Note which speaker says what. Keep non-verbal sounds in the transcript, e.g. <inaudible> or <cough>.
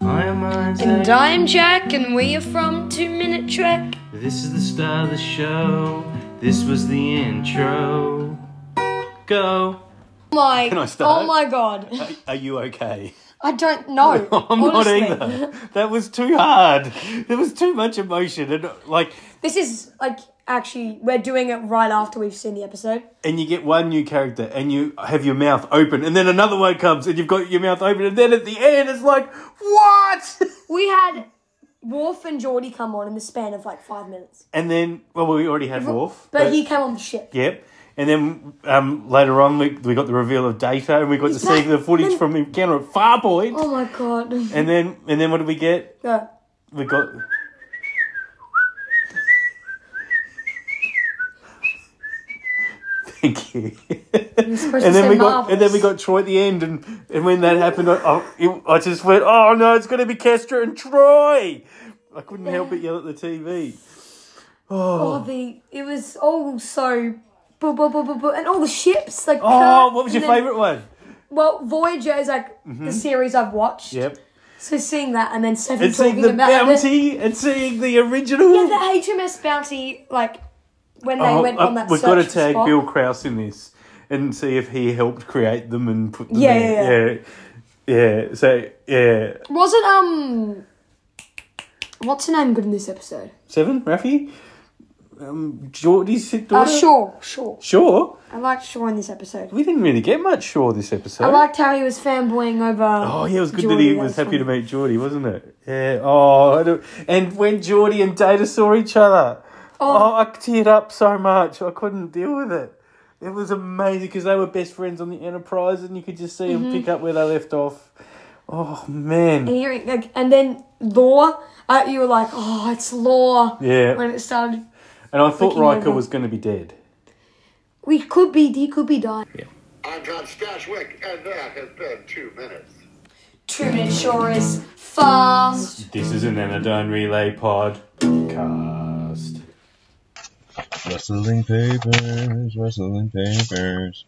Speaker 1: I'm Isaac.
Speaker 2: And I'm Jack, and we are from Two Minute Trek.
Speaker 1: This is the start of the show. This was the intro. Go.
Speaker 2: My,
Speaker 3: Can I start?
Speaker 2: oh my god,
Speaker 3: Are- Are you okay? <laughs>
Speaker 2: I don't know.
Speaker 3: I'm
Speaker 2: honestly.
Speaker 3: not either. That was too hard. There was too much emotion, and like,
Speaker 2: This is like actually we're doing it right after we've seen the episode.
Speaker 3: and you get one new character, and you have your mouth open, and then another one comes, and you've got your mouth open, and then at the end, it's like, what? <laughs>
Speaker 2: We had Worf and Geordie come on in the span of like five minutes,
Speaker 3: And then, well, we already had Worf,
Speaker 2: but he came on the ship.
Speaker 3: yep. And then um, later on, we, we got the reveal of Data, and we got to see
Speaker 2: back.
Speaker 3: the footage
Speaker 2: Then-
Speaker 3: from the encounter at Farpoint.
Speaker 2: Oh my god.
Speaker 3: And then, and then, what did we get?
Speaker 2: No.
Speaker 3: We got. <laughs> Thank you.
Speaker 2: supposed
Speaker 3: and
Speaker 2: to
Speaker 3: then
Speaker 2: say
Speaker 3: we got, and then we got
Speaker 2: marvellous.
Speaker 3: Troy at the end, and, and when that happened, I, I, it- I just went, "Oh no, it's going to be Kestra and Troy." I couldn't help but yell at the TV.
Speaker 2: Oh, the it was all so. bu- bu- bu- bu- bu- And all the ships, like
Speaker 3: Oh,
Speaker 2: Kirk,
Speaker 3: what was your
Speaker 2: and then-
Speaker 3: favourite one?
Speaker 2: Well, Voyager is like the series I've watched.
Speaker 3: Yep,
Speaker 2: So seeing that and then Seven
Speaker 3: and seeing
Speaker 2: talking
Speaker 3: the
Speaker 2: about it.
Speaker 3: bounty and seeing the original.
Speaker 2: Yeah, the HMS Bounty, like when they
Speaker 3: Oh,
Speaker 2: went
Speaker 3: uh,
Speaker 2: on that
Speaker 3: we've
Speaker 2: search
Speaker 3: got to
Speaker 2: for
Speaker 3: tag
Speaker 2: Spock.
Speaker 3: Bill Krause in this and see if he helped create them and put them
Speaker 2: Yeah,
Speaker 3: there. Yeah, yeah, yeah. So yeah,
Speaker 2: Wasn't um, what's her name good in this episode?
Speaker 3: seven, Rafi, um, Geordie's
Speaker 2: Uh,
Speaker 3: daughter.
Speaker 2: Shaw. Shaw.
Speaker 3: Sure.
Speaker 2: I liked Shaw in this episode.
Speaker 3: We didn't really get much Shaw this episode.
Speaker 2: I liked how he was fanboying over.
Speaker 3: Oh yeah, it was good that
Speaker 2: Geordie,
Speaker 3: he
Speaker 2: that
Speaker 3: was
Speaker 2: was
Speaker 3: happy
Speaker 2: fun.
Speaker 3: to meet Geordie, wasn't it? Yeah. Oh, I don't... and when Geordie and Data saw each other, oh. I teared up so much. I couldn't deal with it. It was amazing because they were best friends on the Enterprise, and you could just see them pick up where they left off. Oh man.
Speaker 2: Mm-hmm. And hearing, like, and then Law. Uh, you were like, oh, it's Law.
Speaker 3: Yeah.
Speaker 2: When it started,
Speaker 3: And I thought
Speaker 2: Looking
Speaker 3: Riker
Speaker 2: over.
Speaker 3: was going to be dead.
Speaker 2: we could be. He could be dying.
Speaker 4: I'm Tom Scotchwick, and that has been two minutes.
Speaker 2: True sure is fast.
Speaker 3: This is an Anodyne Relay podcast.
Speaker 5: Wrestling papers, wrestling papers.